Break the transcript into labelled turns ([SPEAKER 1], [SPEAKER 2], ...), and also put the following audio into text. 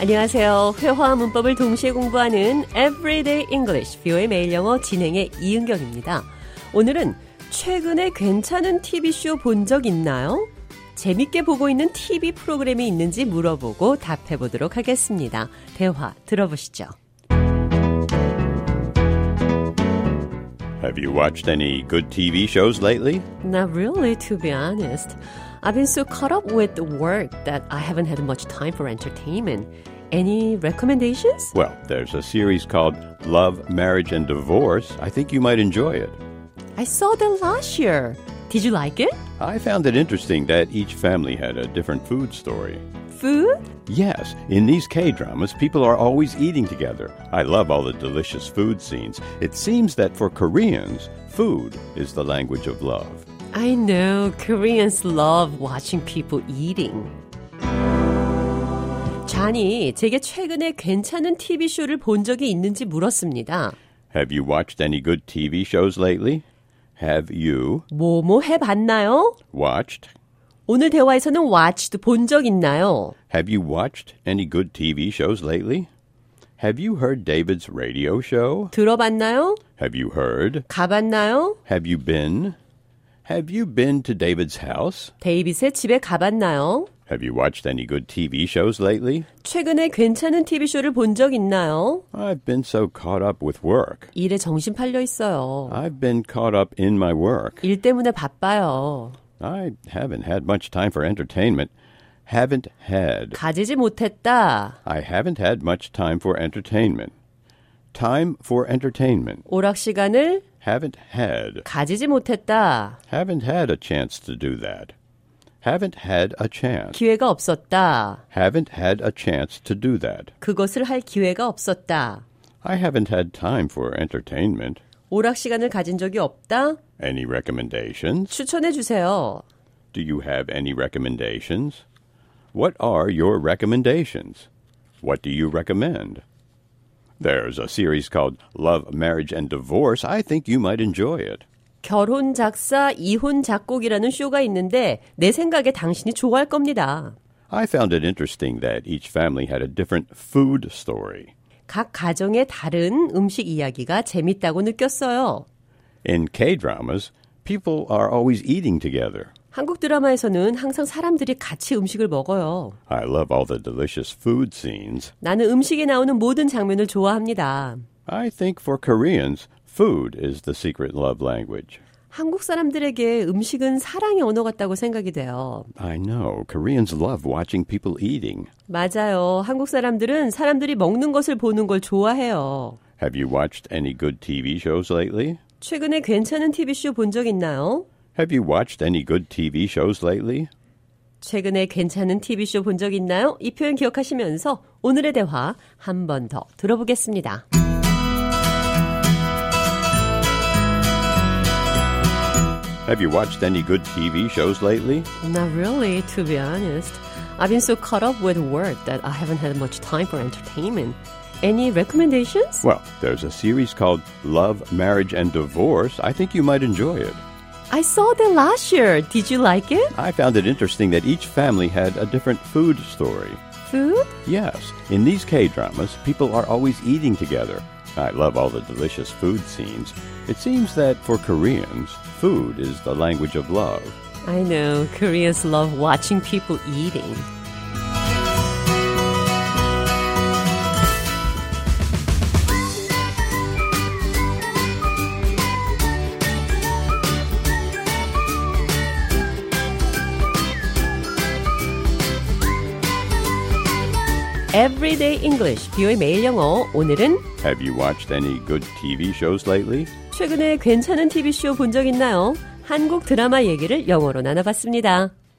[SPEAKER 1] 안녕하세요. 회화와 문법을 동시에 공부하는 Everyday English, 뷰의 매일 영어 진행의 이은경입니다. 오늘은 최근에 괜찮은 TV쇼 본 적 있나요? 재밌게 보고 있는 TV 프로그램이 있는지 물어보고 답해보도록 하겠습니다. 대화 들어보시죠.
[SPEAKER 2] Have you watched any good TV shows lately?
[SPEAKER 1] Not really, to be honest. I've been so caught up with the work that I haven't had much time for entertainment. Any recommendations?
[SPEAKER 2] Well, there's a series called Love, Marriage, and Divorce. I think you might enjoy it.
[SPEAKER 1] I saw that last year. Did you like it?
[SPEAKER 2] I found it interesting that each family had a different food story.
[SPEAKER 1] Food?
[SPEAKER 2] Yes, in these K dramas, people are always eating together. I love all the delicious food scenes. It seems that for Koreans, food is the language of love.
[SPEAKER 1] I know Koreans love watching people eating. 잔이 제게 최근에 괜찮은 TV 쇼를 본 적이 있는지 물었습니다.
[SPEAKER 2] Have you watched any good TV shows lately? Have you
[SPEAKER 1] 뭐뭐 해봤나요?
[SPEAKER 2] watched?
[SPEAKER 1] 오늘 대화에서는 watch도 본 적 있나요?
[SPEAKER 2] Have you watched any good TV shows lately? Have you heard David's radio show?
[SPEAKER 1] 들어봤나요?
[SPEAKER 2] Have you heard?
[SPEAKER 1] 가봤나요?
[SPEAKER 2] Have you been? Have you been to David's house?
[SPEAKER 1] 데이빗의 집에 가봤나요?
[SPEAKER 2] Have you watched any good TV shows lately?
[SPEAKER 1] 최근에 괜찮은 TV 쇼를 본 적 있나요?
[SPEAKER 2] I've been so caught up with work.
[SPEAKER 1] 일에 정신 팔려 있어요.
[SPEAKER 2] I've been caught up in my work.
[SPEAKER 1] 일 때문에 바빠요.
[SPEAKER 2] I haven't had much time for entertainment. Haven't had.
[SPEAKER 1] 가지지 못했다.
[SPEAKER 2] I haven't had much time for entertainment. Time for entertainment.
[SPEAKER 1] 오락 시간을
[SPEAKER 2] Haven't had.
[SPEAKER 1] 가지지 못했다.
[SPEAKER 2] Haven't had a chance to do that. Haven't had a chance.
[SPEAKER 1] 기회가 없었다.
[SPEAKER 2] Haven't had a chance to do that.
[SPEAKER 1] 그것을 할 기회가 없었다.
[SPEAKER 2] I haven't had time for entertainment.
[SPEAKER 1] 오락 시간을 가진 적이 없다.
[SPEAKER 2] Any recommendations?
[SPEAKER 1] 추천해 주세요.
[SPEAKER 2] Do you have any recommendations? What are your recommendations? What do you recommend? There's a series called Love, Marriage, and Divorce. I think you might enjoy it.
[SPEAKER 1] 결혼 작사, 이혼 작곡이라는 쇼가 있는데 내 생각에 당신이 좋아할 겁니다.
[SPEAKER 2] I found it interesting that each family had a different food story.
[SPEAKER 1] 각 가정의 다른 음식 이야기가 재밌다고 느꼈어요.
[SPEAKER 2] In K dramas, people are always eating together.
[SPEAKER 1] 한국 드라마에서는 항상 사람들이 같이 음식을 먹어요.
[SPEAKER 2] I love all the delicious food scenes.
[SPEAKER 1] 나는 음식에 나오는 모든 장면을 좋아합니다.
[SPEAKER 2] I think for Koreans, food is the secret love language.
[SPEAKER 1] 한국 사람들에게 음식은 사랑의 언어 같다고 생각이 돼요.
[SPEAKER 2] I know, Koreans love watching people eating.
[SPEAKER 1] 맞아요. 한국 사람들은 사람들이 먹는 것을 보는 걸 좋아해요.
[SPEAKER 2] Have you watched any good TV shows lately?
[SPEAKER 1] 최근에 괜찮은 TV쇼 본 적 있나요?
[SPEAKER 2] Have you watched any good TV shows lately?
[SPEAKER 1] 최근에 괜찮은 TV쇼 본 적 있나요? 이 표현 기억하시면서 오늘의 대화 한 번 더 들어보겠습니다.
[SPEAKER 2] Have you watched any good TV shows lately?
[SPEAKER 1] Not really, to be honest. I've been so caught up with work that I haven't had much time for entertainment. Any recommendations?
[SPEAKER 2] Well, there's a series called Love, Marriage, and Divorce. I think you might enjoy it.
[SPEAKER 1] I saw that last year. Did you like it?
[SPEAKER 2] I found it interesting that each family had a different food story.
[SPEAKER 1] Food?
[SPEAKER 2] Yes, in these K dramas, people are always eating together. I love all the delicious food scenes. It seems that for Koreans, food is the language of love.
[SPEAKER 1] I know Koreans love watching people eating. Everyday English, 비오의 매일 영어. 오늘은
[SPEAKER 2] Have you watched any good TV shows lately?
[SPEAKER 1] 최근에 괜찮은 TV쇼 본 적 있나요? 한국 드라마 얘기를 영어로 나눠봤습니다.